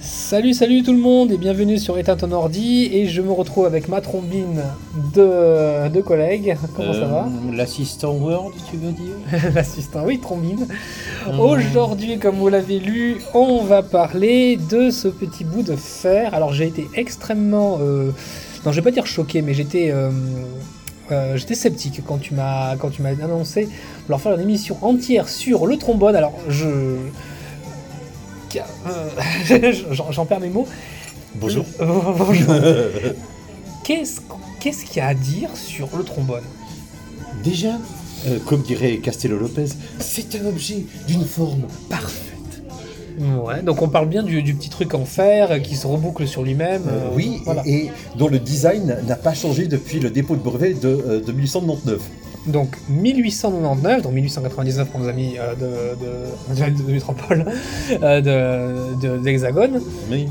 Salut, salut tout le monde et bienvenue sur Éteint ton ordi. Et je me retrouve avec ma trombine de, de collègues. Comment ça va Euh, L'assistant Word, tu veux dire L'assistant, oui, trombine. Hum. Aujourd'hui, comme vous l'avez lu, on va parler de ce petit bout de fer. Alors, j'ai été extrêmement. euh, Non, je vais pas dire choqué, mais j'étais. euh, euh, j'étais sceptique quand tu m'as quand tu m'as annoncé vouloir faire une émission entière sur le trombone. Alors je euh, j'en j'en perds mes mots. Bonjour. Euh, bonjour. Qu'est-ce qu'est-ce qu'il y a à dire sur le trombone Déjà, euh, comme dirait Castello Lopez, c'est un objet d'une forme parfaite. Ouais, donc on parle bien du, du petit truc en fer euh, qui se reboucle sur lui-même. Euh, euh, oui, voilà. et, et dont le design n'a pas changé depuis le dépôt de brevet de, euh, de 1899. Donc 1899, donc 1899 pour nos amis euh, de, de, de, de métropole, euh, de, de- de l'Hexagone. Mais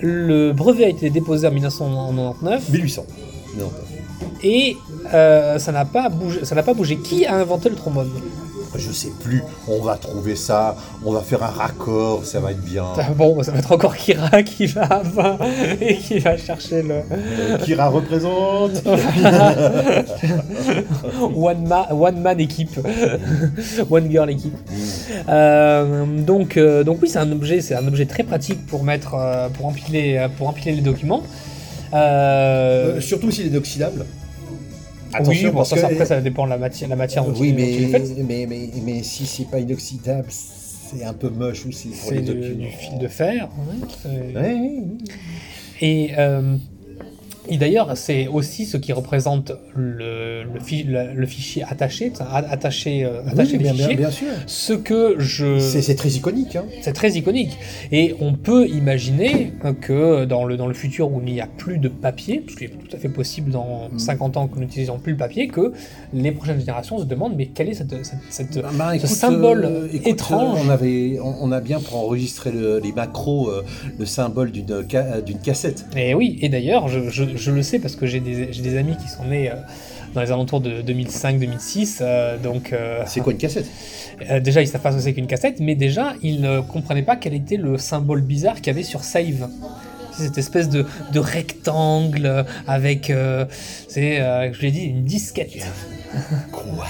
Le brevet a été déposé en 1999 1800. Non. et euh, ça n'a pas bougé. Ça n'a pas bougé. Qui a inventé le trombone Je sais plus, on va trouver ça, on va faire un raccord, ça va être bien. Ah, Bon, bah, ça va être encore Kira qui va et qui va chercher le Euh, Kira représente one, ma- one man équipe, one girl équipe. Euh, donc, euh, donc oui, c'est un objet, c'est un objet très pratique pour mettre, euh, pour empiler, euh, pour empiler les documents. Euh, Euh, surtout s'il est oxydable. oui, attention, bon, parce ça, que- ça, après, ça dépend de la matière, la matière dont Euh, oui, il- dont il est mais, fait. mais, mais, mais si c'est pas inoxydable, c'est un peu moche aussi pour C'est les du, documents. du fil de fer. ouais, c'est- Ouais, ouais, ouais. Et, euh, et d'ailleurs, c'est aussi ce qui représente le, le, fi- le- le fichier attaché, t'sais, a- attaché, euh, attaché Ah Oui, Euh, des bien, bien- fichiers. bien sûr. Ce que je. C'est c'est très iconique. Hein. C'est très iconique. Et on peut imaginer euh, que dans le, dans le futur où il n'y a plus de papier, parce qu'il est tout à fait possible dans 50 ans que nous n'utilisons plus le papier, que les prochaines générations se demandent mais quelle est cette. cette- cette- Bah, Ce symbole étrange. euh, on, avait, on, on a bien pour enregistrer le- les macros euh, le symbole d'une euh, ca- d'une cassette. Et Eh oui, et d'ailleurs, je, je- je le sais parce que j'ai des, j'ai des amis qui sont nés euh, dans les alentours de 2005-2006, donc. euh, C'est quoi une cassette euh, déjà, ils savent pas ce que c'est qu'une cassette, mais déjà, ils ne comprenaient pas quel était le symbole bizarre qu'il y avait sur Save. C'est Cette espèce de, de rectangle avec, euh, c'est, euh, je l'ai dit, une disquette. Quoi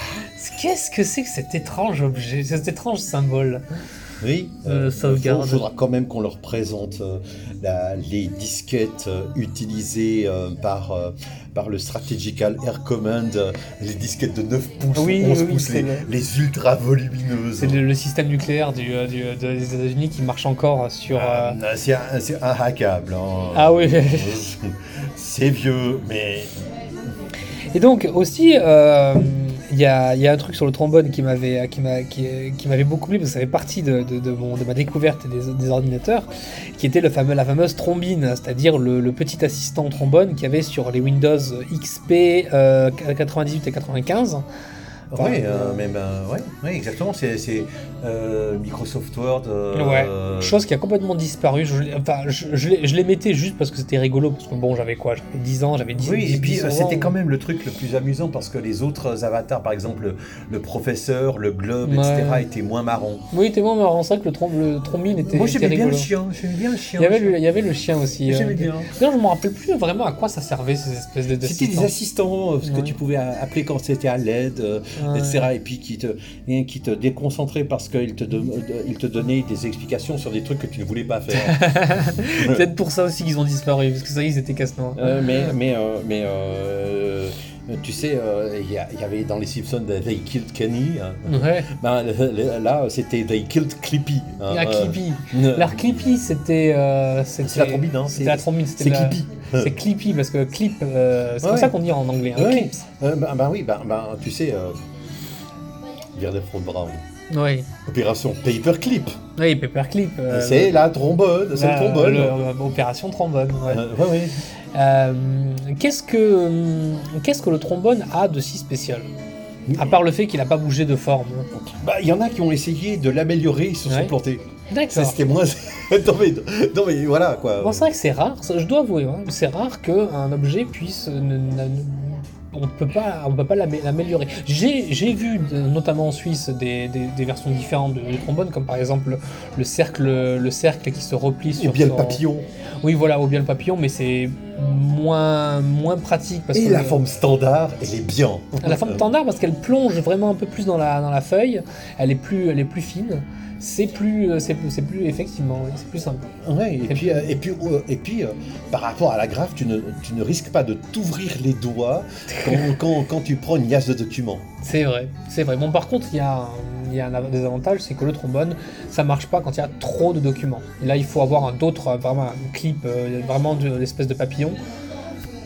Qu'est-ce que c'est que cet étrange objet, cet étrange symbole Oui, Euh, sauvegarde. Il faudra quand même qu'on leur présente euh, la- les disquettes euh, utilisées euh, par, euh, par le Strategical Air Command, euh, les disquettes de 9 pouces, Oui, 11 oui, pouces, c'est les, le- les ultra volumineuses. C'est le, le système nucléaire du, euh, du- de- des États-Unis qui marche encore sur. euh, Ah, C'est un- c'est inhackable. hein. Ah oui. C'est vieux, mais Et donc aussi, euh, il y, a, il y a un truc sur le trombone qui m'avait qui m'a- qui, qui m'avait beaucoup plu parce que ça fait partie de, de, de mon- de ma découverte des, des ordinateurs, qui était le fameux, la fameuse trombine, c'est-à-dire le, le petit assistant trombone qu'il y avait sur les Windows XP euh, 98 et 95. Enfin, ouais, euh, même euh, ouais, ouais, exactement. C'est c'est, euh, Microsoft Word. Ouais, euh, Chose qui a complètement disparu. Je, enfin, je, je les- je les mettais juste parce que c'était rigolo, parce que bon, j'avais quoi J'avais 10 ans, j'avais 10 Oui, et 10, puis 11 euh, ans. c'était quand même le truc le plus amusant parce que les autres avatars, par exemple le, le professeur, le globe, etc., Ouais. étaient moins marrons. Oui, c'était bon, marrant, c'est vrai que le, trom- le trombine était, Moi était j'aimais bien rigolo. le chien, j'aimais bien le chien. Il y, avait le, il y avait le chien aussi. euh, J'aimais bien. D'ailleurs, je me rappelle plus vraiment à quoi ça servait ces espèces de C'était des assistants, euh, parce que Ouais. tu pouvais euh, appeler quand c'était à l'aide, euh, assistants, etc. Et puis qui te, et qui te déconcentraient parce qu'ils te, don- euh, ils te donnaient des explications sur des trucs que tu ne voulais pas faire. Peut-être pour ça aussi qu'ils ont disparu, parce que ça, ils étaient casse-noix. Euh, mais mais, euh, mais euh, tu sais, euh, il y, a- il y avait dans les Simpsons They Killed Kenny. hein. Ouais, Ben, le- le- là, c'était They Killed Clippy. hein, la euh, Clippy. euh, La Clippy, c'était. euh, c'était- C'est la trombine, hein, C'était c'est- la trombine, c'est c'était la- Clippy. C'est Clippy, parce que clip, euh, c'est comme Ouais. ça qu'on dit en anglais. hein, Ouais. clips. Euh, ben, ben oui, ben, ben, tu sais, euh, Werner von Braun. Oui, Opération Paperclip. oui, Paperclip. euh, c'est la trombone, c'est la- le trombone. le- euh, opération trombone, ouais. Euh, ouais, ouais. Euh, qu'est-ce que hum, qu'est-ce que le trombone a de si spécial À part le fait qu'il n'a pas bougé de forme. Bah, il y en a qui ont essayé de l'améliorer, ils se sont Ouais. plantés. Ça, D'accord. c'était moins. non, mais, non, mais voilà, quoi. Bon, c'est vrai que c'est rare, ça, je dois avouer, hein, c'est rare qu'un objet puisse euh, ne- ne- on peut pas, on peut pas l'amé- l'améliorer. J'ai, j'ai vu de- notamment en Suisse des, des- des versions différentes de- du trombone, comme par exemple le cercle, le cercle qui se replie sur. Ou bien le son- papillon. Oui, voilà, ou bien le papillon, mais c'est moins, moins pratique parce Et que la le- forme standard, elle est bien. la forme standard parce qu'elle plonge vraiment un peu plus dans la, dans la feuille. Elle est plus, elle est plus fine. C'est plus, euh, c'est, c'est plus effectivement, oui, c'est plus simple. Ouais, et puis, euh, et puis, euh, et puis euh, par rapport à la graffe, tu ne, tu ne risques pas de t'ouvrir les doigts quand, quand- quand tu prends une liasse de documents. C'est vrai, c'est vrai. Bon, par contre, il y a, un, il y a un av- désavantage, c'est que le trombone, ça marche pas quand il y a trop de documents. Et là, il faut avoir un d'autres, euh, vraiment un clip, euh, vraiment de l'espèce de papillon.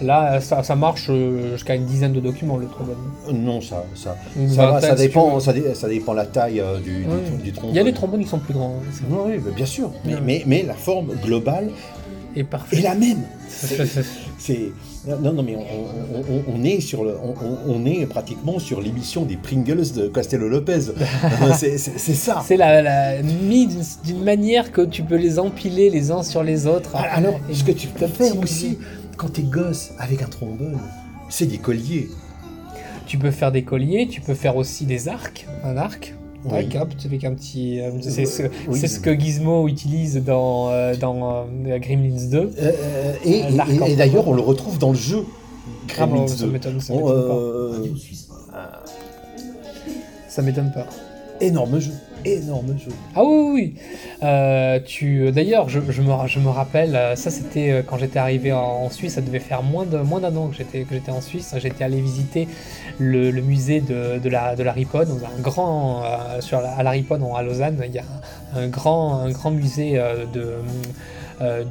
Là, euh, ça, ça marche euh, jusqu'à une dizaine de documents, le trombone. Euh, Non, ça, ça, Une ça, va, vingtaine, ça si tu dépend, veux. ça, dé- ça dépend la taille euh, du, du- Ouais. du tronc. Il y a des trombones qui sont plus grands, c'est vrai. Oui, bien sûr. Mais, Ouais. mais, mais la forme globale Et parfait. est la même. C'est- c'est- C'est non, non, mais on, on- on- on est sur le, on, on- on est pratiquement sur l'émission des Pringles de Castello Lopez. c'est c'est- c'est ça. c'est la, la mis d'une, d'une manière que tu peux les empiler les uns sur les autres. Ah, Alors, Et ce que tu peux faire petit aussi quand t'es gosse avec un trombone, c'est des colliers. Tu peux faire des colliers, tu peux faire aussi des arcs, un arc. Oui. Tac, hop, tu fais qu'un petit. euh, c'est ce, Oui. c'est ce que Gizmo utilise dans, euh, dans euh, Gremlins 2. Euh, euh, et Un arc et- en et d'ailleurs, on le retrouve dans le jeu. Ah bon, Gremlins ça 2. m'étonne, ça On, m'étonne euh, pas. Ça m'étonne pas. énorme jeu, énorme jeu. Ah oui, oui, oui. Euh, tu, d'ailleurs, je, je me, ra- je me rappelle, euh, ça c'était euh, quand j'étais arrivé en, en Suisse, ça devait faire moins d'un moins d'un an que j'étais, que j'étais en Suisse. J'étais allé visiter le, le musée de, de la, de la Riponne. On a un grand, euh, sur la- à la Riponne, en- à Lausanne, il y a un, un grand, un grand musée euh, de, euh, de,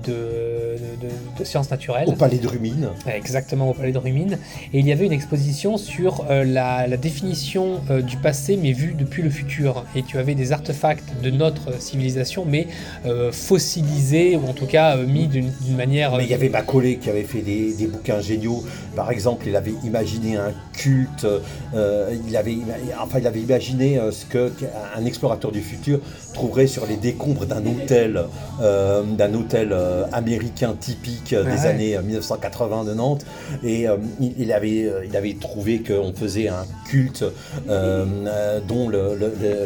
de- de- de sciences naturelles. Au palais de Rumine. Exactement, au Palais de Rumine. Et il y avait une exposition sur euh, la, la définition euh, du passé, mais vue depuis le futur. Et tu avais des artefacts de notre civilisation, mais euh, fossilisés, ou en tout cas euh, mis d'une d'une manière... euh, Mais il y avait Macaulay qui avait fait des, des bouquins géniaux. Par exemple, il avait imaginé un culte. euh, il avait, ima- enfin, il avait imaginé euh, ce que qu'un explorateur du futur trouverait sur les décombres d'un hôtel, euh, d'un hôtel euh, américain typique euh, des Ouais. années euh, 1980 de Nantes. Et euh, il, il avait, euh, il avait trouvé qu'on faisait un culte euh, euh, dont le- le- le- le-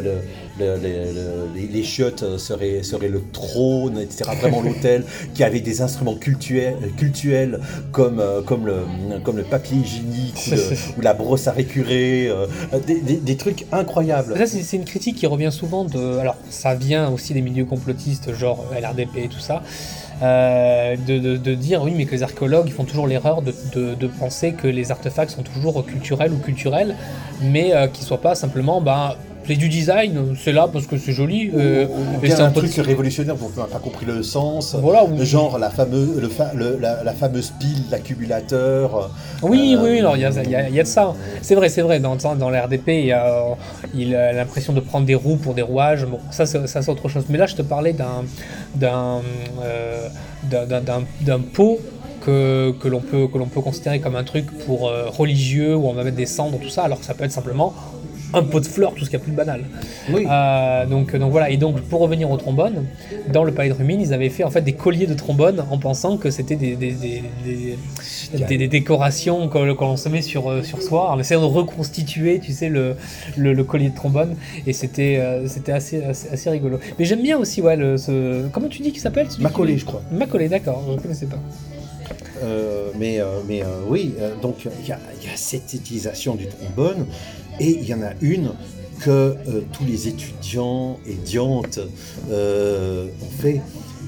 le- le- le- les, les chiottes euh, seraient, seraient le trône, etc. Vraiment l'hôtel qui avait des instruments cultuels, euh, cultuels comme, euh, comme, le, comme le papier hygiénique ou, le- ou la brosse à récurer, euh, des, des- des trucs incroyables. Ça, c'est c'est une critique qui revient souvent de. Alors, ça vient aussi des milieux complotistes, genre LRDP et tout ça, euh, de, de- de dire oui, mais que les archéologues ils font toujours l'erreur de, de- de penser que les artefacts sont toujours culturels ou culturels, mais euh, qu'ils soient pas simplement. Ben, c'est du design, c'est là parce que c'est joli. euh, Ou et bien c'est un peu- truc révolutionnaire dont on n'a pas compris le sens. Voilà, ou- Genre la fameuse, le fa- le- la, la fameuse pile, l'accumulateur. Oui, Euh, oui, oui, alors il y a, il y a- il y a de ça. C'est vrai, c'est vrai, dans, dans dans l'RDP, il, y a, euh, il a l'impression de prendre des roues pour des rouages. Bon, ça, c'est ça, c'est autre chose. Mais là, je te parlais d'un d'un euh, d'un- d'un- d'un- d'un pot que, que l'on peut, que l'on peut considérer comme un truc pour euh, religieux, où on va mettre des cendres, tout ça, alors que ça peut être simplement un pot de fleurs, tout ce qui est plus banal. Oui. Euh, donc, donc voilà, et donc pour revenir au trombone, dans le palais de Rumine, ils avaient fait en fait des colliers de trombone en pensant que c'était des, des, des- des, des- des décorations que que l'on se met sur, euh, sur soi, en essayant de reconstituer, tu sais, le, le, le collier de trombone, et c'était euh, c'était assez, assez, assez rigolo. Mais j'aime bien aussi, ouais, le, ce... Comment tu dis qu'il s'appelle celui qui- Macaulay, je crois. Macaulay, d'accord, je ne connaissais pas. Euh, mais euh, mais euh, oui, euh, donc il y, a- il y a cette utilisation du trombone et il y en a une que euh, tous les étudiants et diantes euh, ont fait,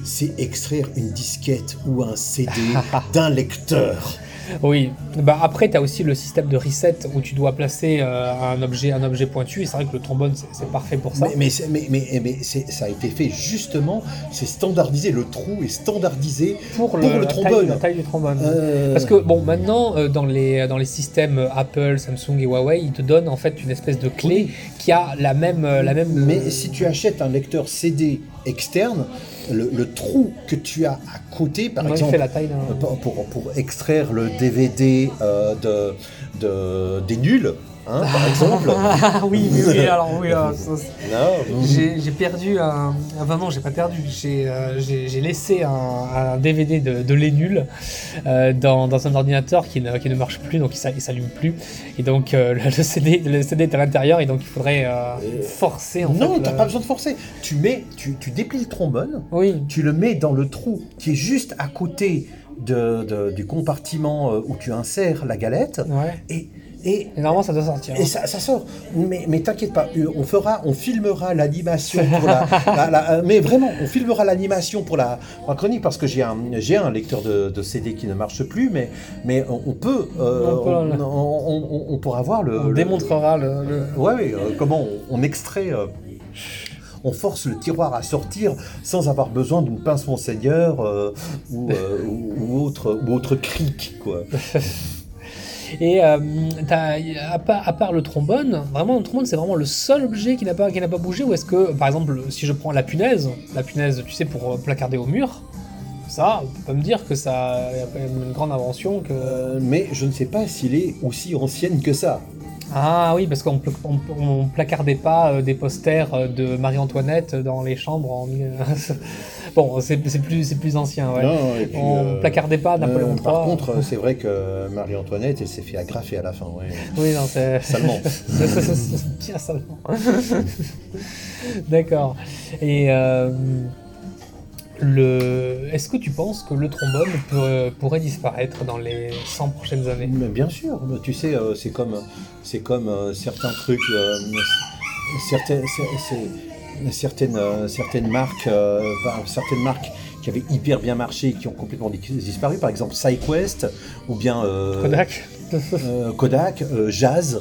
c'est extraire une disquette ou un CD d'un lecteur. Oui, bah après tu as aussi le système de reset où tu dois placer euh, un objet un objet pointu et c'est vrai que le trombone c'est- c'est parfait pour ça. Mais, mais, c'est- mais, mais, mais c'est- ça a été fait justement, c'est standardisé, le trou est standardisé. pour, le, Pour le la taille- trombone. la taille du trombone. euh, Parce que bon, maintenant euh, dans les dans les systèmes euh, Apple, Samsung et Huawei, ils te donnent en fait une espèce de clé qui a la même euh, la même. Mais si tu achètes un lecteur CD externe, le, le trou que tu as à côté, par Ouais, il exemple, fait la taille d'un- pour, pour- pour extraire le DVD euh, de, de- des nuls, hein, par exemple. Ah oui, oui, oui, alors oui, alors, ça, c'est- Non. j'ai j'ai perdu un. Enfin non, j'ai pas perdu. J'ai euh, j'ai- j'ai laissé un, un DVD de, de Les Nuls euh, dans, dans un ordinateur qui ne, qui ne marche plus, donc il s'a- il s'allume plus. Et donc euh, le, le CD, le CD est à l'intérieur et donc il faudrait euh, Euh, forcer en fait. Non, le- t'as pas besoin de forcer. Tu mets, tu, tu déplies le trombone, Oui. tu le mets dans le trou qui est juste à côté de, de- du compartiment euh, où tu insères la galette, Ouais. et, et, Et normalement ça doit sortir. hein. et ça, ça sort. Mais, mais t'inquiète pas, euh, on fera, on filmera l'animation pour la, la- la- euh, mais vraiment, on filmera l'animation pour la, la chronique parce que j'ai un, j'ai un lecteur de, de CD qui ne marche plus, mais, mais on on peut, euh, On peut, on, là. on- on- on pourra voir le, On le- démontrera le. le- Ouais, ouais, euh, comment on, on extrait, euh, on force le tiroir à sortir sans avoir besoin d'une pince monseigneur euh, ou, euh, ou, ou autre, ou autre cric, quoi. Et euh, t'as- y a- à, part, à part le trombone, vraiment le trombone c'est vraiment le seul objet qui n'a pas, qui n'a pas bougé ou est-ce que par exemple si je prends la punaise, la punaise tu sais pour euh, placarder au mur, ça on peut pas me dire que ça y a quand même une grande invention que... Euh, mais je ne sais pas s'il est aussi ancienne que ça. Ah oui parce qu'on pla- on, on placardait pas euh, des posters euh, de Marie-Antoinette dans les chambres en... mille- bon c'est c'est plus, c'est plus ancien ouais. Non, et puis, on euh, placardait pas Napoléon euh, III. par contre, euh, c'est vrai que Marie-Antoinette, elle s'est fait agrafer à la fin, ouais. Oui, non, c'est. Salement. C'est- c'est- c'est- c'est bien salement. D'accord. Et. euh, Le... Est-ce que tu penses que le trombone peut- pourrait disparaître dans les 100 prochaines années Mais bien sûr, mais tu sais, euh, c'est comme, c'est comme euh, certains trucs, euh, certaines, c'est- c'est- certaines, euh, certaines marques, euh, bah, certaines marques qui avaient hyper bien marché et qui ont complètement dis- disparu. Par exemple, PsyQuest ou bien euh, Kodak euh, Kodak, euh, Jazz,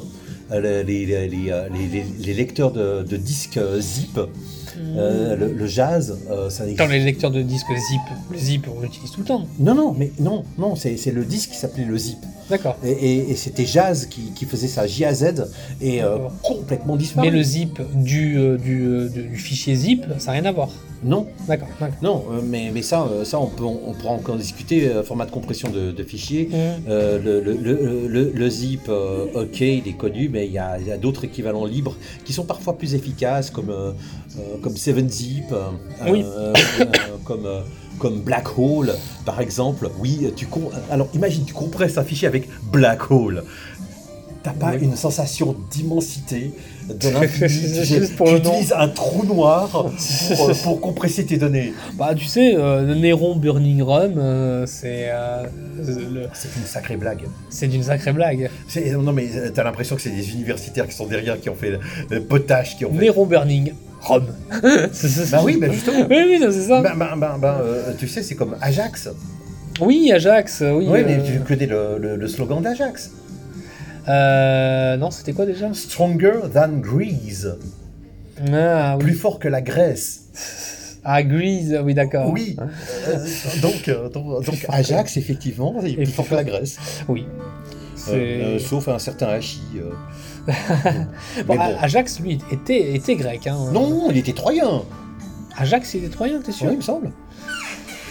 euh, les, les- les, euh, les- les- les lecteurs de, de disques euh, zip. euh, le, le jazz, euh, ça n'existe Dans les lecteurs de disques zip, le zip on l'utilise tout le temps. Non, non, mais non, non, c'est c'est le disque qui s'appelait le zip. D'accord. Et, et- et c'était Jazz qui, qui faisait ça, J-A-Z, et euh, D'accord. complètement disparu. Mais le zip du, euh, du, euh, du- du fichier zip, ça n'a rien à voir. Non, D'accord. d'accord. non, euh, mais, mais ça, euh, ça on, peut, on, pourra encore discuter, euh, format de compression de, de fichiers. Mhm. Euh, le, le- le- le- le zip, euh, ok, il est connu, mais il y a, il y a d'autres équivalents libres qui sont parfois plus efficaces, comme, euh, euh, comme 7-Zip, euh, Oui. euh, euh, comme, euh, comme Black Hole, par exemple. Oui, tu com- alors imagine, tu compresses un fichier avec Black Hole. T'as pas Oui. une sensation d'immensité, de l'infini. Juste Tu- pour tu le nom. utilises un trou noir pour, euh, pour compresser tes données. Bah, tu sais, euh, le Néron Burning Rum, euh, c'est. euh, le- C'est une sacrée blague. C'est d'une sacrée blague. C'est- Non mais euh, t'as l'impression que c'est des universitaires qui sont derrière, qui ont fait le- le potage, qui ont fait... Néron Burning, Rome. bah Bah oui, bah justement. Oui, oui, non, c'est ça. Bah, bah, bah, bah, euh, tu sais, c'est comme Ajax. Oui, Ajax, euh, oui. Oui, euh, mais tu connais le, le- le slogan d'Ajax. euh, non, c'était quoi déjà Stronger than Greece. Ah, oui. Plus fort que la Grèce. Ah, Grease, oui, d'accord. Hein, Oui. Euh, donc, euh, donc, donc Ah, Ajax, effectivement, il est Et plus fort que la Grèce. Oui. C'est- Euh, euh, sauf un certain Hachi. euh. Bon, Mais bon. ah, A- Ajax, lui, était, était grec. Hein. Non, il était troyen, Ajax, il était troyen, t'es sûr ouais, Ah, il me semble.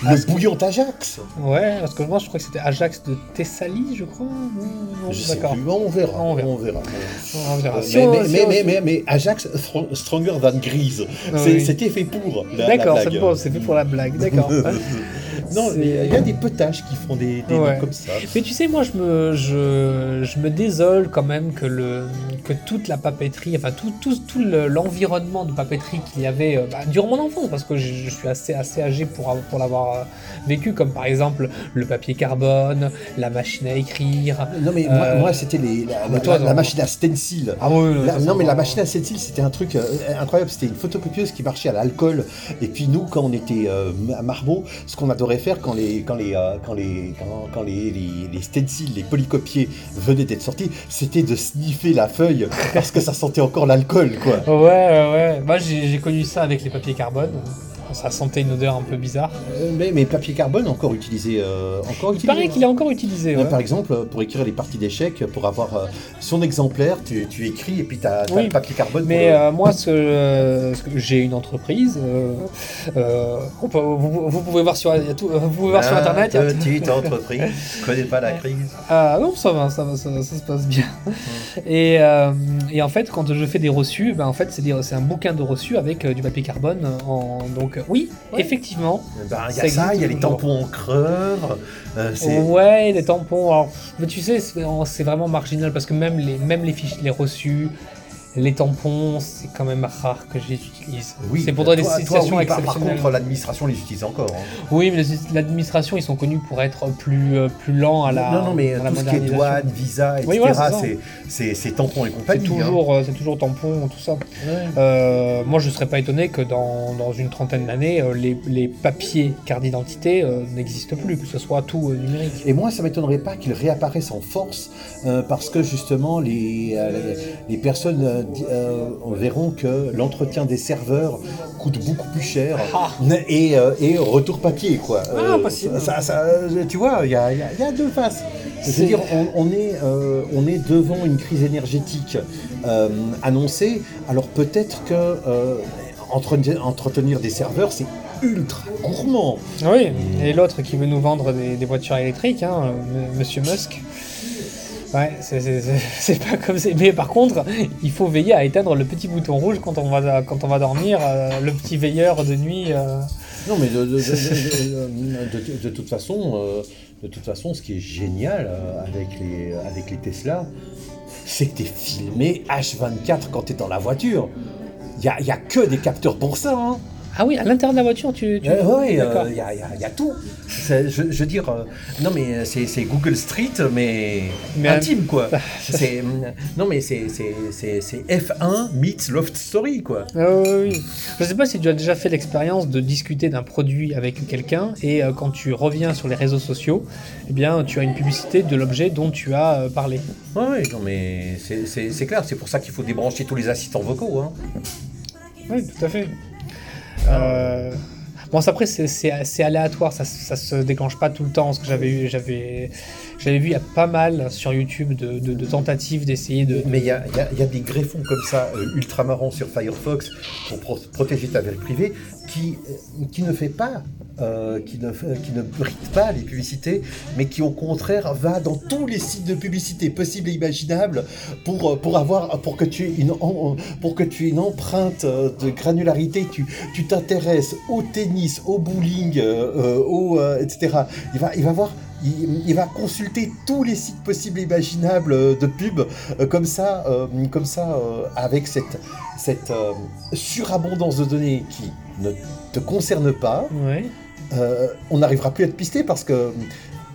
Le bouillant Ajax. Ouais, parce que moi, je crois que c'était Ajax de Thessalie, je crois. Non, non, Je sais d'accord. plus, on verra. On Oh, On verra. verra. On verra. Euh, Si mais, on- mais, si mais, on- mais, mais- mais Ajax Stro- Stronger Than Grease, Ah C'est- oui. c'était fait pour la, la D'accord, c'est blague. bon, c'est fait pour la blague, d'accord. euh, non, C'est- mais il y a des potaches qui font des, des noms Ouais. comme ça. Mais tu sais, moi, je me, je, je me désole quand même que, le, que toute la papeterie, enfin tout, tout, tout le- l'environnement de papeterie qu'il y avait euh, bah, durant mon enfance, parce que je, je suis assez, assez âgé pour, avoir- pour l'avoir euh, vécu, comme par exemple le papier carbone, la machine à écrire. Non, mais moi- moi, moi, c'était la, la- la- la machine machine à stencil. Ah oui, La- non mais la machine à stencil c'était un truc euh, incroyable, c'était une photocopieuse qui marchait à l'alcool et puis nous quand on était euh, à Marmot, ce qu'on adorait faire quand les quand les euh, quand les quand, quand les, les, les stencils, les polycopiers venaient d'être sortis, c'était de sniffer la feuille parce que ça sentait encore l'alcool quoi. Ouais, ouais, ouais. Moi, j'ai j'ai connu ça avec les papiers carbone. ça sentait une odeur un peu bizarre. Euh, Mais, mais papier carbone encore utilisé, euh, encore Il utilisé. paraît qu'il est encore utilisé. Euh, ouais. Par exemple, pour écrire les parties d'échecs, pour avoir euh, son exemplaire, tu, tu écris et puis tu as, Oui. le papier carbone. pour Mais le- euh, moi, ce que, euh, ce que- j'ai une entreprise. euh, euh, on peut- vous, vous pouvez voir sur, il y a tout- euh, vous pouvez voir sur Ah, internet. il y a- Petite entreprise, je connais pas la crise. Ah non, ça va, ça va, ça, va, ça se passe bien. Et, euh, et en fait, quand je fais des reçus, ben en fait, c'est des- c'est un bouquin de reçus avec euh, du papier carbone. En, donc euh, oui, Ouais. effectivement. Il y a Ça ça, il y a existe les toujours. tampons en crevre. euh, c'est- Ouais, les tampons. Alors, mais tu sais, c'est on- c'est vraiment marginal parce que même les, même les fiches, les reçus, les tampons, c'est quand même rare que je les utilise. c'est pour euh, bah, toi- des toi, situations oui, par- exceptionnelles. Par contre, l'administration les utilise encore. hein. Oui, mais les- l'administration, ils sont connus pour être plus, euh, plus lents à la. non, non, mais à la tout ce qui est modernisation. douane, visa, etc., Oui, voilà, c'est ça. c'est- c'est c'est tampons et compagnie. C'est hein. toujours, euh, c'est toujours tampon, tout ça. Ouais. Euh, moi, je ne serais pas étonné que dans, dans une trentaine d'années, euh, les, les papiers carte d'identité euh, n'existent plus, que ce soit tout euh, numérique. Et moi, ça m'étonnerait pas qu'ils réapparaissent en force, euh, parce que justement, les, euh, les, les personnes euh, di- euh, verront que l'entretien des serveurs coûte beaucoup plus cher Ah. et, euh, et retour papier, quoi. Euh, possible. ça- ça- euh, tu vois, il y a, il y a- il y a deux faces. C'est- C'est-à-dire, on, on est, euh, on est devant une crise énergétique euh, annoncée, alors peut-être que euh, entretenir, entretenir des serveurs, c'est ultra gourmand. Oui, et l'autre qui veut nous vendre des, des voitures électriques, hein, euh, M- Monsieur Musk. Ouais, c'est- c'est c'est- c'est pas comme c'est. Mais par contre, il faut veiller à éteindre le petit bouton rouge quand on va, quand on va dormir, euh, le petit veilleur de nuit. euh. Non, mais de, de- de- de- de- de- de toute façon, euh, de toute façon, ce qui est génial euh, avec les avec les Tesla, c'est que t'es filmé H24 quand t'es dans la voiture. Il y a, y a que des capteurs pour ça. Hein. Ah oui, à l'intérieur de la voiture, tu. tu... Ouais, ouais, D'accord. euh, y, a, y a- y a tout. C'est- Je, je veux dire, euh, non mais c'est c'est Google Street, mais, Mais- intime quoi. C'est- mm, non mais c'est c'est- c'est c'est F1 meets Loft Story quoi. Ah oui, oui, oui. Je sais pas si tu as déjà fait l'expérience de discuter d'un produit avec quelqu'un et euh, quand tu reviens sur les réseaux sociaux, eh bien tu as une publicité de l'objet dont tu as euh, parlé. Ouais, ouais, non mais c'est- c'est c'est clair, c'est pour ça qu'il faut débrancher tous les assistants vocaux. Hein. Oui, tout à fait. Euh, Bon, ça, après, c'est- c'est c'est aléatoire, ça, ça se déclenche pas tout le temps. Parce que j'avais eu, j'avais j'avais vu il y a pas mal sur YouTube de, de- de tentatives d'essayer de. Mais il y a, il y a- il y a des greffons comme ça, euh, ultra marrants sur Firefox, pour pro- protéger ta vie privée, qui, euh, qui ne fait pas, euh, qui, ne, fait- qui ne bride pas les publicités, mais qui au contraire va dans tous les sites de publicité possibles et imaginables pour, euh, pour, avoir, pour, que, tu aies une, en- pour que tu aies une empreinte euh, de granularité. Tu tu t'intéresses au tennis, au bowling, euh, euh, au, euh, etc. Il va, il va voir. Il, il va consulter tous les sites possibles et imaginables euh, de pub euh, comme ça, euh, comme ça euh, avec cette, cette euh, surabondance de données qui ne te concerne pas, Ouais. euh, on n'arrivera plus à te pister parce que. euh,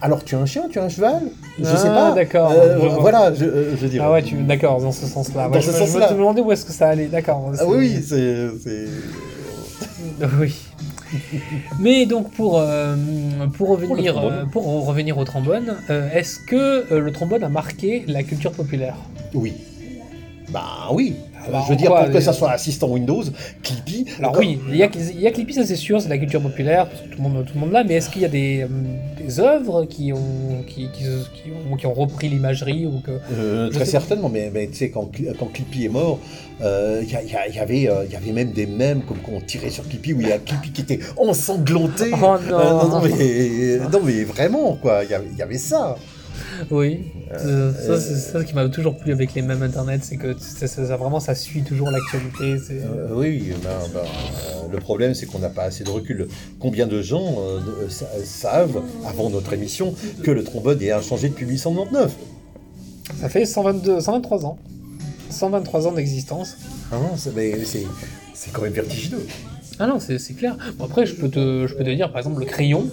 Alors, tu as un chien, tu as un cheval Je Ah, sais pas. d'accord, Euh, je vois. voilà, je, euh, je veux dire. Ah ouais, tu d'accord, dans ce sens-là. Dans Ouais, ce je, je sens-là. me demandais où est-ce que ça allait, d'accord. Ah c'est- oui, oui, c'est. c'est- Oui. Mais donc pour, euh, pour, revenir, trombone. euh, pour en revenir au trombone, euh, est-ce que euh, le trombone a marqué la culture populaire Oui. Bah oui. bah, je veux en dire, quoi, pour que les- ça soit assistant Windows, Clippy. Alors comme- oui, il y a, que- il y a que l'IPI, ça c'est sûr, c'est la culture populaire, parce que tout le monde, tout le monde l'a, mais est-ce qu'il y a des, euh, des œuvres qui ont, qui, qui, qui ont, qui ont repris l'imagerie ou que... Euh, Je très sais- certainement, mais, mais tu sais, quand, Cli- quand Clippy est mort, euh, il y, a- il y a- il y avait, euh, il y avait même des mèmes comme quand on tirait sur Clippy où il y a Clippy qui était ensanglanté. Oh non. Euh, non, non, mais, non, mais vraiment, quoi, il y avait, il y avait ça. Oui, Euh, ça c'est ça qui m'a toujours plu avec les mêmes internet, c'est que ça, ça- ça- vraiment ça suit toujours l'actualité. c'est- Euh, oui, oui, ben, ben, euh, le problème, c'est qu'on n'a pas assez de recul. Combien de gens euh, de- sa- savent, avant notre émission, que le trombone est inchangé depuis 1899 Ça fait 122, 123 ans. 123 ans d'existence. Hein, c'est- mais C'est c'est quand même vertigineux. Ah non, c'est c'est clair. Bon, après, je peux, te, je peux te dire, par exemple, le crayon.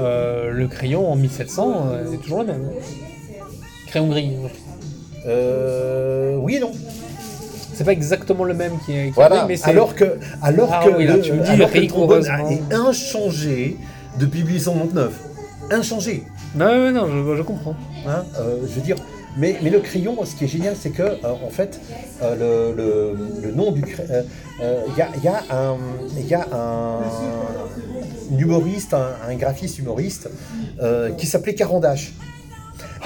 Euh, le crayon en 1700, euh, c'est toujours le même. Crayon gris. Euh, oui et non. C'est pas exactement le même qui est. qui- Voilà. oui, mais c'est- alors que, alors Ah que oui, là, tu me dis, alors que le trombone rigoureusement. est inchangé depuis 1899. Inchangé. Non, non, non, je, je comprends. hein. Euh, je veux dire, Mais, mais le crayon, ce qui est génial, c'est que, euh, en fait, euh, le, le- le nom du crayon. Il y, a, y a un. y a un- un humoriste, un, un graphiste humoriste, euh, qui s'appelait Carandache.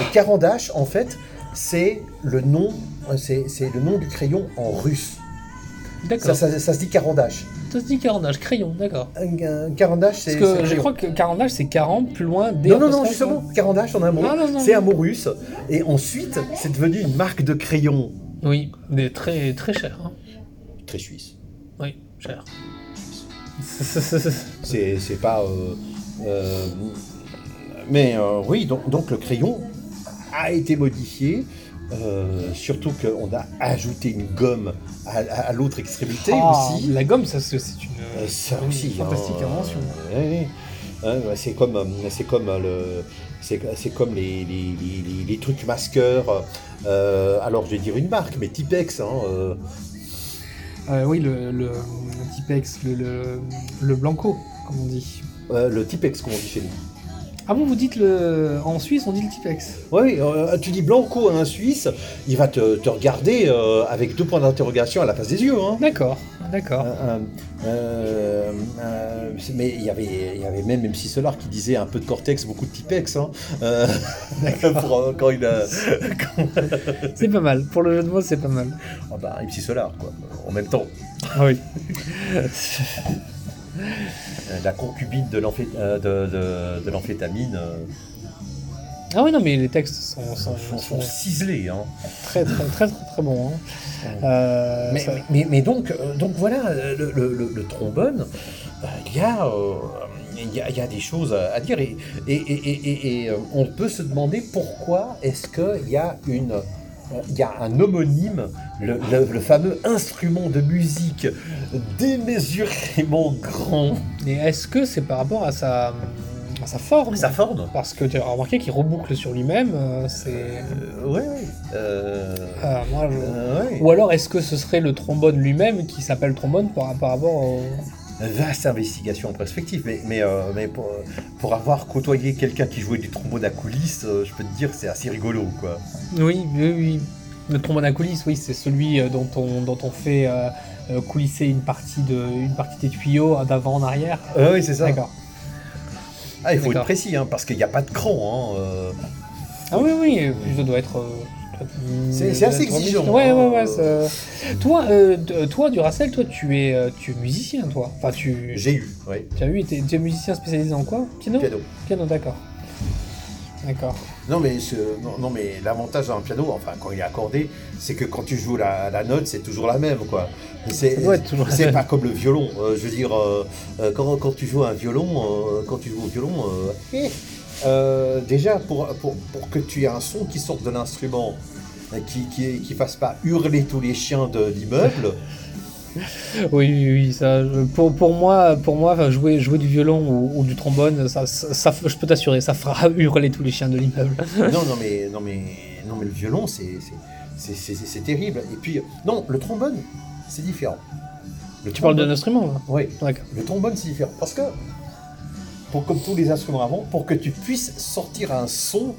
Et Carandache, en fait, c'est le nom, c'est c'est le nom du crayon en russe. Ça, D'accord. Ça, ça- ça se dit Carandache. se dit carandage, crayon, d'accord. Un, un Carandache, c'est. Parce c'est que le je crayon. crois que carandage, c'est 40 plus loin des. Non, non, non, apostrophes, justement, Carandache en un mot, Non, non, non. c'est un mot russe. Et ensuite, c'est devenu une marque de crayon. hein. Oui, des très, très cher. hein. Très suisse. Oui, cher. C'est c'est pas. euh, euh, mais euh, oui, donc, donc le crayon a été modifié. euh, surtout qu'on a ajouté une gomme à, à- à l'autre extrémité Ah, aussi. La gomme, ça c'est c'est une. Euh, ça une aussi. Fantastique hein. invention. Ouais, ouais. Hein, ouais, c'est comme, euh, c'est comme euh, le, c'est, c'est comme les, les, les- les- les trucs masqueurs. euh, alors je vais dire une marque, mais Tipex. Hein, euh, Euh, oui, le, le, le Tipex, le, le, le Blanco, comme on dit. euh, le Tipex qu'on dit chez nous. Ah bon, vous dites le. En Suisse, on dit le Tipex. Oui, euh, tu dis Blanco à un Suisse, il va te, te regarder euh, avec deux points d'interrogation à la face des yeux. Hein. D'accord, d'accord. Euh, euh, euh, mais il y avait, il y avait même MC Solar qui disait un peu de cortex, beaucoup de Tipex. Hein, euh, pour, euh, quand il a, C'est pas mal. Pour le jeu de mots, c'est pas mal. Ah bah, MC Solar, quoi, en même temps. Ah oui. Euh, La concubine de l'amphé- euh, de- de- de l'amphétamine euh, Ah oui, non, mais les textes sont, sont, sont, sont sont ciselés. hein. très, très, très, très, très bons. hein. Euh, Mais, ça- mais- mais donc, euh, donc voilà, euh, le, le- le- le trombone, euh, il y a, euh, il y, a- il y a des choses à à dire. Et, et- et- et- et- et, euh, on peut se demander pourquoi est-ce qu'il y a une... euh, Il y a un homonyme, le, le- le fameux instrument de musique démesurément grand. Et est-ce que c'est par rapport à sa, à sa forme Sa forme Parce que tu as remarqué qu'il reboucle sur lui-même. euh, C'est. euh, Ouais, ouais. Euh, Ah, moi, je- Euh, ouais. Ou alors, est-ce que ce serait le trombone lui-même qui s'appelle trombone par, par rapport au. Vaste investigation en perspective, mais, mais, euh, mais pour, pour avoir côtoyé quelqu'un qui jouait du trombone à coulisses, euh, je peux te dire c'est assez rigolo quoi. Oui, oui, oui. Le trombone à coulisses, oui, c'est celui euh, dont on, dont on fait euh, euh, coulisser une partie, de, une partie des tuyaux euh, d'avant en arrière. Euh, oui c'est ça. D'accord. Ah il faut D'accord. être précis hein, parce qu'il n'y a pas de cran. Hein, euh. Ah oui, oui, ça doit être. euh, euh, C'est- c'est assez doit être- exigeant, Ouais, hein, ouais, ouais. euh. ça- Toi, euh, t- toi, Duracell, toi, tu es, euh, tu es musicien, toi. Enfin, tu. J'ai eu, oui. Tu as eu, t'es- tu es musicien spécialisé en quoi Piano Piano. Piano, d'accord. D'accord. Non mais ce- non, non, mais l'avantage d'un piano, enfin quand il est accordé, c'est que quand tu joues la, la note, c'est toujours la même quoi. C'est Ça doit être toujours la c'est même. pas comme le violon. euh, je veux dire euh, euh, quand, quand tu joues à un violon, euh, quand tu joues au violon, euh, eh, euh, déjà pour, pour pour que tu aies un son qui sorte de l'instrument, euh, qui qui qui fasse pas hurler tous les chiens de l'immeuble. Oui, oui, oui, ça. je- Pour, pour moi, pour moi, enfin, jouer, jouer du violon ou, ou du trombone, ça, ça, ça- je peux t'assurer, ça fera hurler tous les chiens de l'immeuble. non, non, mais, non, mais, non, mais le violon, c'est, c'est- c'est, c'est, c'est- c'est terrible. Et puis, non, le trombone, c'est différent. Le Tu parles d'un trombone- instrument, là Oui, D'accord. le trombone, c'est différent. Parce que, pour, comme tous les instruments avant, pour que tu puisses sortir un son,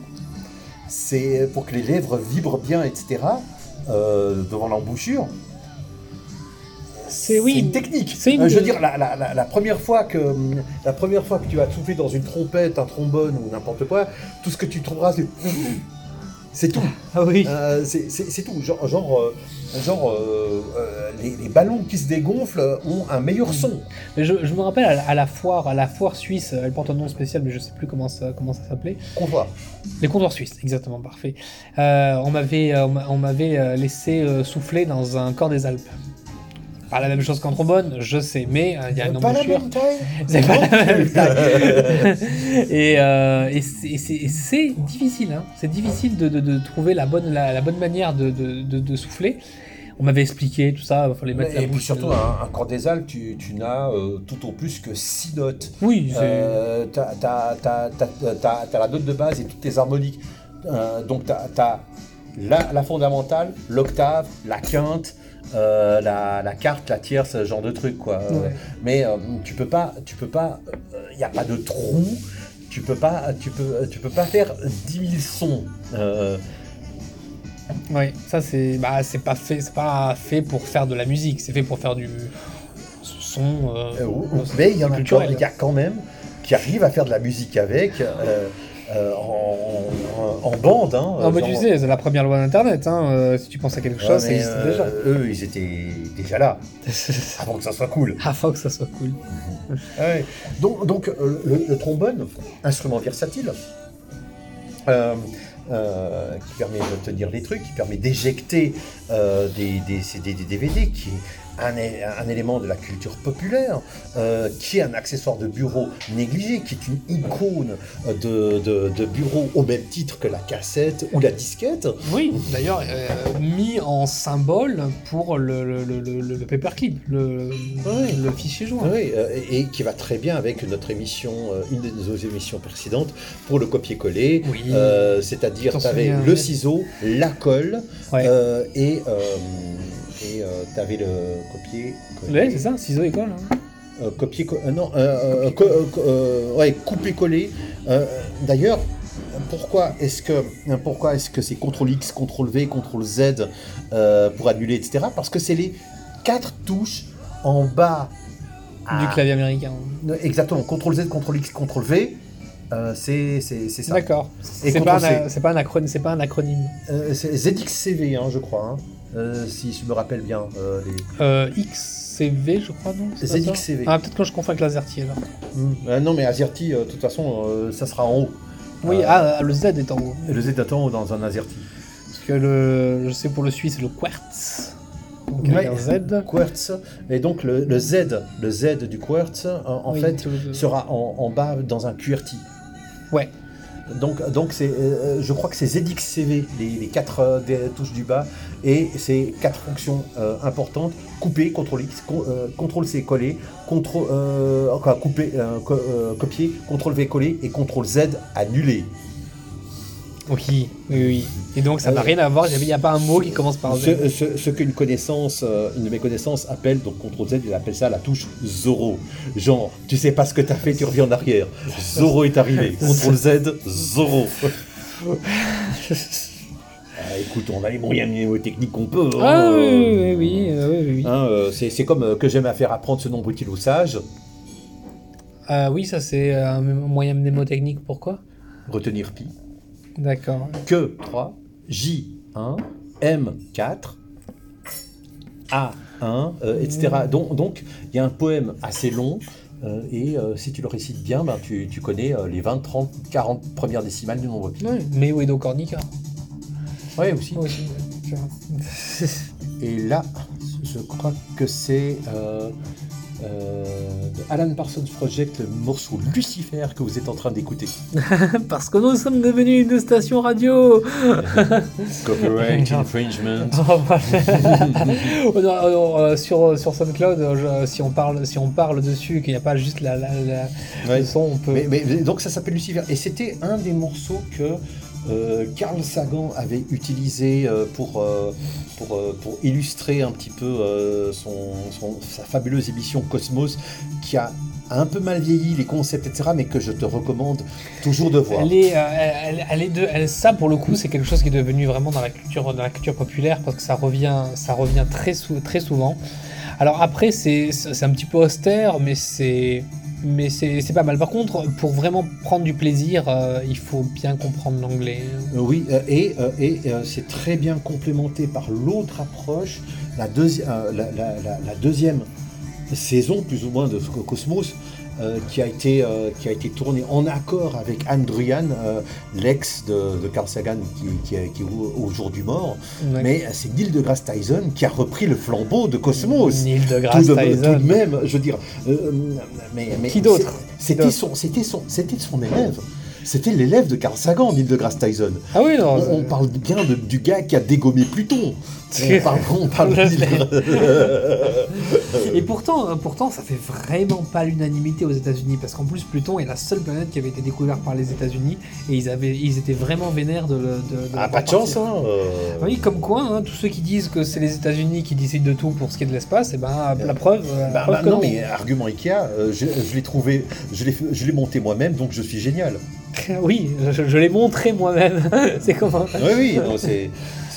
c'est pour que les lèvres vibrent bien, etc., euh, devant l'embouchure. C'est- oui, une technique. c'est une- Euh, je veux dire, la, la- la- la première fois que, hum, la première fois que tu vas souffler dans une trompette, un trombone ou n'importe quoi, tout ce que tu trouveras, c'est. C'est tout. Ah oui. Euh, c'est c'est- c'est tout. Genre, genre, euh, genre euh, euh, les, les ballons qui se dégonflent ont un meilleur son. Mais je, je me rappelle à la, à la foire, à la foire suisse, elle porte un nom spécial, mais je sais plus comment ça, comment ça s'appelait. Qu'on voit. Les comptoirs suisses, exactement, parfait. Euh, on m'avait, euh, on m'a- on m'avait euh, laissé euh, souffler dans un corps des Alpes. Pas la même chose qu'en trombone, je sais, mais euh, il y a une Pas la embouchure. même taille. C'est pas la même taille. et euh, et c'est- et c'est et c'est difficile, hein. c'est difficile de, de- de trouver la bonne, la, la bonne manière de, de- de- de souffler. On m'avait expliqué tout ça, il fallait mettre la Et puis bouche- euh, surtout, hein, un, un corps des Alpes, tu, tu n'as euh, tout au plus que 6 notes. Oui, c'est- Euh, t'as- T'as t'as- t'as- t'as- t'as la note de base et toutes tes harmoniques. Euh, donc t'as t'as la, la fondamentale, l'octave, la quinte, euh, la, la carte, la tierce, ce genre de truc quoi. Euh, Ouais. Mais euh, tu peux pas, tu peux pas, il n'y a pas de trou. Tu peux pas, tu peux, tu peux pas faire 10 000 sons. Euh, Oui, ça c'est bah, c'est pas fait, c'est pas fait pour faire de la musique, c'est fait pour faire du son. euh, Euh, ou- euh, ou- mais il y en a, culturel. quand- il y a quand même qui arrivent à faire de la musique avec euh, euh, en, en- en bande. Hein, Ah, mais tu genre- sais, c'est la première loi d'Internet. Hein, euh, si tu penses à quelque Ouais, chose, ça mais, existe euh, Eux, ils étaient déjà là déjà. avant que ça soit cool. Ah, faut que ça soit cool. Ouais. Donc, donc, euh, le, le trombone, instrument versatile, euh, euh, qui permet de tenir les trucs, qui permet d'éjecter euh, des, des CD, des DVD, qui est un, é- un élément de la culture populaire, euh, qui est un accessoire de bureau négligé, qui est une icône euh, de, de- de bureau au même titre que la cassette ou la disquette. Oui, d'ailleurs, euh, mis en symbole pour le, le, le, le, le paperclip, le, Ah Ouais. le fichier joint. Oui, euh, et, et qui va très bien avec notre émission, euh, une de nos émissions précédentes, pour le copier-coller. Oui. Euh, T'en C'est-à-dire, tu avais souviens, le ouais. ciseau, la colle, Ouais. euh, et tu avais le copier. Ouais, c'est ça, ciseaux école. hein. copier non, euh, euh, co- euh, co- euh, ouais, couper-coller. Euh, D'ailleurs, pourquoi est-ce que hein, pourquoi est-ce que c'est CTRL X, CTRL V, CTRL Z euh, pour annuler, etc. Parce que c'est les quatre touches en bas Du à- clavier américain. Exactement, CTRL Z, CTRL X, CTRL V, euh, c'est c'est- c'est ça. D'accord. Et C'est pas, Ctrl+C. un- c'est pas un acronyme. C'est pas un acronyme. Euh, c'est ZXCV, hein, je crois, hein, euh, si je me rappelle bien. euh, les- Euh, XCV, je crois, non c'est pas ça ZXCV. Ah, peut-être quand je confonds avec l'azerty alors. Hmm. Euh, non, mais AZERTY, euh, de toute façon, euh, ça sera en haut. Oui, Euh, ah, le Z est en haut. Le Z est en haut dans un AZERTY. Parce que le, je sais pour le suisse, le quartz. Donc Ouais. avec un Z. Quartz, et donc le, le Z, le Z du quartz, euh, en Oui, fait, tout le- sera en, en bas dans un QWERTY. Ouais. Donc, donc c'est, euh, je crois que c'est ZXCV, les, les quatre euh, des- touches du bas, et c'est quatre fonctions euh, importantes couper, CTRL X, con- euh, CTRL C coller, CTRL, euh, enfin, couper, euh, co- euh, copier, CTRL V coller et CTRL Z annuler. Oui, oui, oui. Et donc ça n'a Euh, rien à voir, il n'y a pas un mot qui commence par Z. Ce, ce- ce qu'une connaissance, euh, une de mes connaissances appelle, donc CTRL Z, il appelle ça la touche Zoro. Genre, tu sais pas ce que t'as fait, tu reviens en arrière. Zoro est arrivé. CTRL Z, Zoro. Ah, écoute, on a les moyens mnémotechniques qu'on peut. hein, Ah oui, euh, oui, oui, oui, oui, oui. hein, euh, c'est c'est comme euh, que j'aime à faire apprendre ce nombre utile aux sages. Ah oui, ça c'est un moyen mnémotechnique, pourquoi Retenir pi. D'accord. que 3, J1, M4, Ah. A1, euh, etc. Donc, donc, il y a un poème assez long. euh, et euh, si tu le récites bien, ben, tu, tu connais euh, les 20, 30, 40 premières décimales du nombre. Ouais, mais Wedo Cornica. Oui, aussi. Aussi, tu vois. Et là, je crois que c'est euh, euh, de Alan Parsons Project, le morceau Lucifer que vous êtes en train d'écouter. Parce que nous sommes devenus une station radio Copyright Non. infringement. Oh, voilà. Oh, non, oh, non, euh, sur, sur SoundCloud, euh, je- si, on parle, si on parle dessus, qu'il n'y a pas juste la, la, la- Ouais. le son, on peut. Mais, mais- mais donc ça s'appelle Lucifer. Et c'était un des morceaux que euh, Carl Sagan avait utilisé euh, pour, euh, pour, euh, pour illustrer un petit peu euh, son, son- sa fabuleuse émission Cosmos, qui a un peu mal vieilli les concepts, etc., mais que je te recommande toujours de voir. Elle est, euh, elle, elle est de, elle- ça pour le coup, c'est quelque chose qui est devenu vraiment dans la culture, dans la culture populaire parce que ça revient, ça revient très, sou- très souvent. Alors après, c'est c'est un petit peu austère, mais c'est mais c'est c'est pas mal. Par contre, pour vraiment prendre du plaisir, euh, il faut bien comprendre l'anglais. Euh, Oui, euh, et, euh, et euh, c'est très bien complémenté par l'autre approche, la, deuxi- euh, la, la- la- la deuxième saison plus ou moins de Co- Cosmos, euh, qui, a été, euh, qui a été tournée en accord avec Anne Druyan, euh, l'ex de, de Carl Sagan qui, qui est- qui est au- aujourd'hui mort. Ouais. Mais euh, c'est Neil deGrasse Tyson qui a repris le flambeau de Cosmos. Neil Tout deGrasse de, Tyson. tout de même, je veux dire, euh, mais, mais- Qui d'autre c'est- C'était son, c'était son, c'était son élève. C'était l'élève de Carl Sagan, Neil deGrasse Tyson. Ah oui, non. On, on euh, parle bien de- du gars qui a dégommé Pluton. On parle, on parle Le de- Et pourtant, euh, pourtant, ça fait vraiment pas l'unanimité aux États-Unis, parce qu'en plus, Pluton est la seule planète qui avait été découverte par les États-Unis, et ils, avaient, ils étaient vraiment vénères de. le- de, de la Ah, pas de partir. chance, hein. euh. Oui, comme quoi, hein, tous ceux qui disent que c'est les États-Unis qui décident de tout pour ce qui est de l'espace, et ben la preuve, la Bah, preuve bah, que non, mais argument Ikea, euh, je, je l'ai trouvé, je l'ai, fait- je l'ai monté moi-même, donc je suis génial. Oui, je, je l'ai montré moi-même. c'est comment Ah, Euh, Oui, oui, non, c'est, c'est-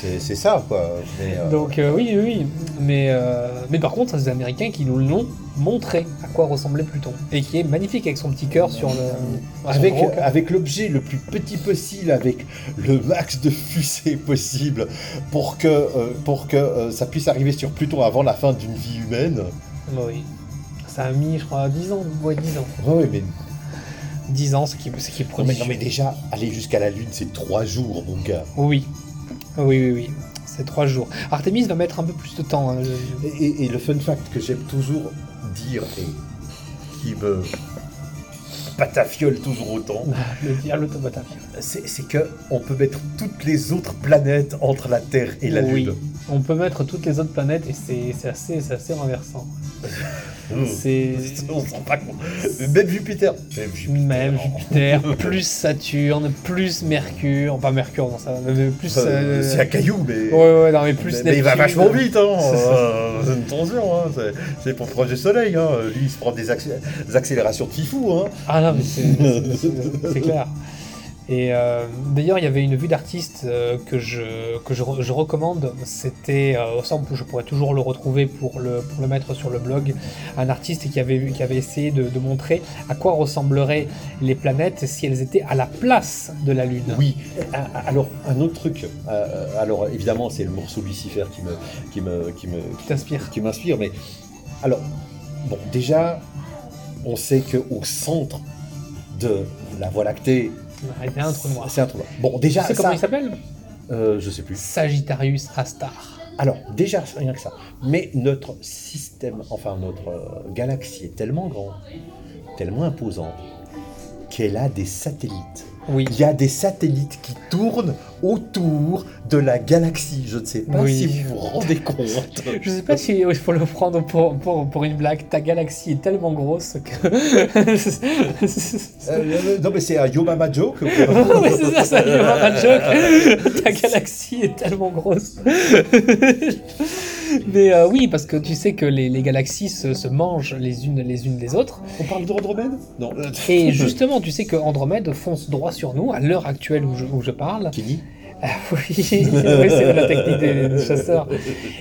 C'est c'est ça, quoi. Mais, euh, Donc euh, oui, oui, oui. Mais, euh, mais par contre, c'est les Américains qui nous l'ont montré à quoi ressemblait Pluton. Et qui est magnifique avec son petit cœur sur le... Euh, euh, son Avec, gros cœur. avec l'objet le plus petit possible, avec le max de fusées possible, pour que, euh, pour que euh, ça puisse arriver sur Pluton avant la fin d'une vie humaine. Bah oui. Ça a mis, je crois, 10 ans. Ouais, 10 ans. Ouais, ouais, mais, 10 ans, c'est qui, c'est qui est non, mais, non, prodigieux. mais déjà, aller jusqu'à la Lune, c'est trois jours, mon gars. Oh Oui. Oui, oui, oui. C'est 3 jours. Artemis va mettre un peu plus de temps. hein, je- Et, et- et le fun fact que j'aime toujours dire et qui me patafiole toujours autant, Le diable te bat à pied. c'est c'est que on peut mettre toutes les autres planètes entre la Terre et la Oh Oui. Lune. On peut mettre toutes les autres planètes et c'est c'est assez, c'est assez renversant. Mmh. C'est On s'en rend pas compte. Même Jupiter. Même Jupiter. hein. même Jupiter, plus Saturne, plus Mercure, pas Mercure dans ça, mais plus. Euh, euh, c'est un caillou, mais. Ouais, ouais, non, mais plus. mais, mais il va Neptune. vachement vite, hein! C'est ça. euh, c'est une tension, hein! c'est- C'est pour proche du soleil, hein! Lui, il se prend des, accé- des accélérations de fifou, hein! Ah non, mais c'est- c'est c'est- c'est clair. Et euh, d'ailleurs, il y avait une vue d'artiste euh, que, je, que je, re- je recommande. C'était, euh, ça, on peut- je pourrais toujours le retrouver pour le, pour le mettre sur le blog. Un artiste qui avait, vu- qui avait essayé de, de montrer à quoi ressembleraient les planètes si elles étaient à la place de la Lune. Oui, Ah, ah, alors un autre truc, euh, alors évidemment c'est le morceau Lucifer qui me qui me qui me Qui t'inspire qui m'inspire, mais alors bon déjà on sait que au centre de la Voie lactée, Il y a Eh un trou noir. c'est un trou noir. Bon déjà Tu sais ça, comment il s'appelle euh, je sais plus. Sagittarius Astar. Alors déjà rien que ça, mais notre système, enfin notre euh, galaxie est tellement grand, tellement imposant qu'elle a des satellites. Oui. Il y a des satellites qui tournent autour de la galaxie. Je ne sais pas Oui. si vous vous rendez compte. Euh, Je sais pas si il faut le prendre pour, pour, pour une blague. Ta galaxie est tellement grosse que. Euh, euh, non, mais c'est un Yomama joke. Non, mais c'est ça, ça y est, ma joke. Ta galaxie est tellement grosse. Mais euh, oui, parce que tu sais que les, les galaxies se, se mangent les unes les unes les autres. On parle d'Andromède Non. Et justement, tu sais que Andromède fonce droit sur nous à l'heure actuelle où je, où je parle. Qui dit Ah oui, oui, c'est la technique des, des chasseurs.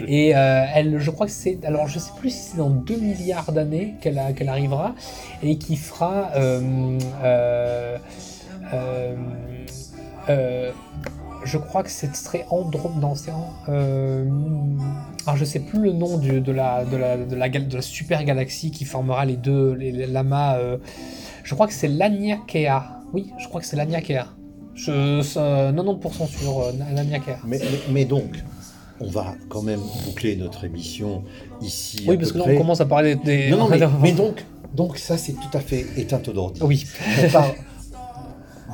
Et euh, elle, je crois que c'est. Alors, je sais plus si c'est dans 2 milliards d'années qu'elle a- qu'elle arrivera et qui fera. euh, euh, euh, euh, je crois que c'est serait Andromède. Non, c'est. en- Euh, alors, je sais plus le nom du- de, la, de, la, de, la, gal- de la super galaxie qui formera les deux, les, les lamas. euh, je crois que c'est l'Aniakea. Oui, je crois que c'est l'Aniakea. Je, ça- 90% sur euh, l'Aniakea. mais, mais- mais donc, on va quand même boucler notre émission ici. Oui, à parce que peu là, près. on commence à parler des. Non, non, Ah, mais, non. mais donc, donc, ça, c'est tout à fait éteinte d'ordi. Oui, On parle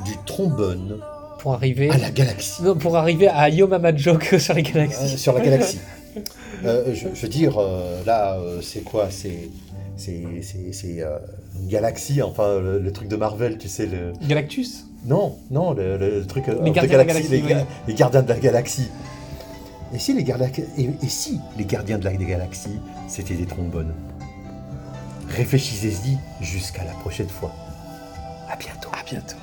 du trombone pour arriver. à la galaxie. Non, pour arriver à Yomama Joke sur les Euh, galaxies. sur la galaxie. Euh, je, je veux dire, euh, là, euh, c'est quoi C'est c'est- c'est- c'est, euh, une galaxie, enfin, le, le truc de Marvel, tu sais, le... Galactus Non, non, le, le- le truc... euh, Les de gardiens de la galaxie, galaxie, les, ga- oui. les gardiens de la galaxie. Et si les, gardiens et, et si les gardiens de la galaxie, c'était des trombones Réfléchissez-y jusqu'à la prochaine fois. À bientôt. À bientôt.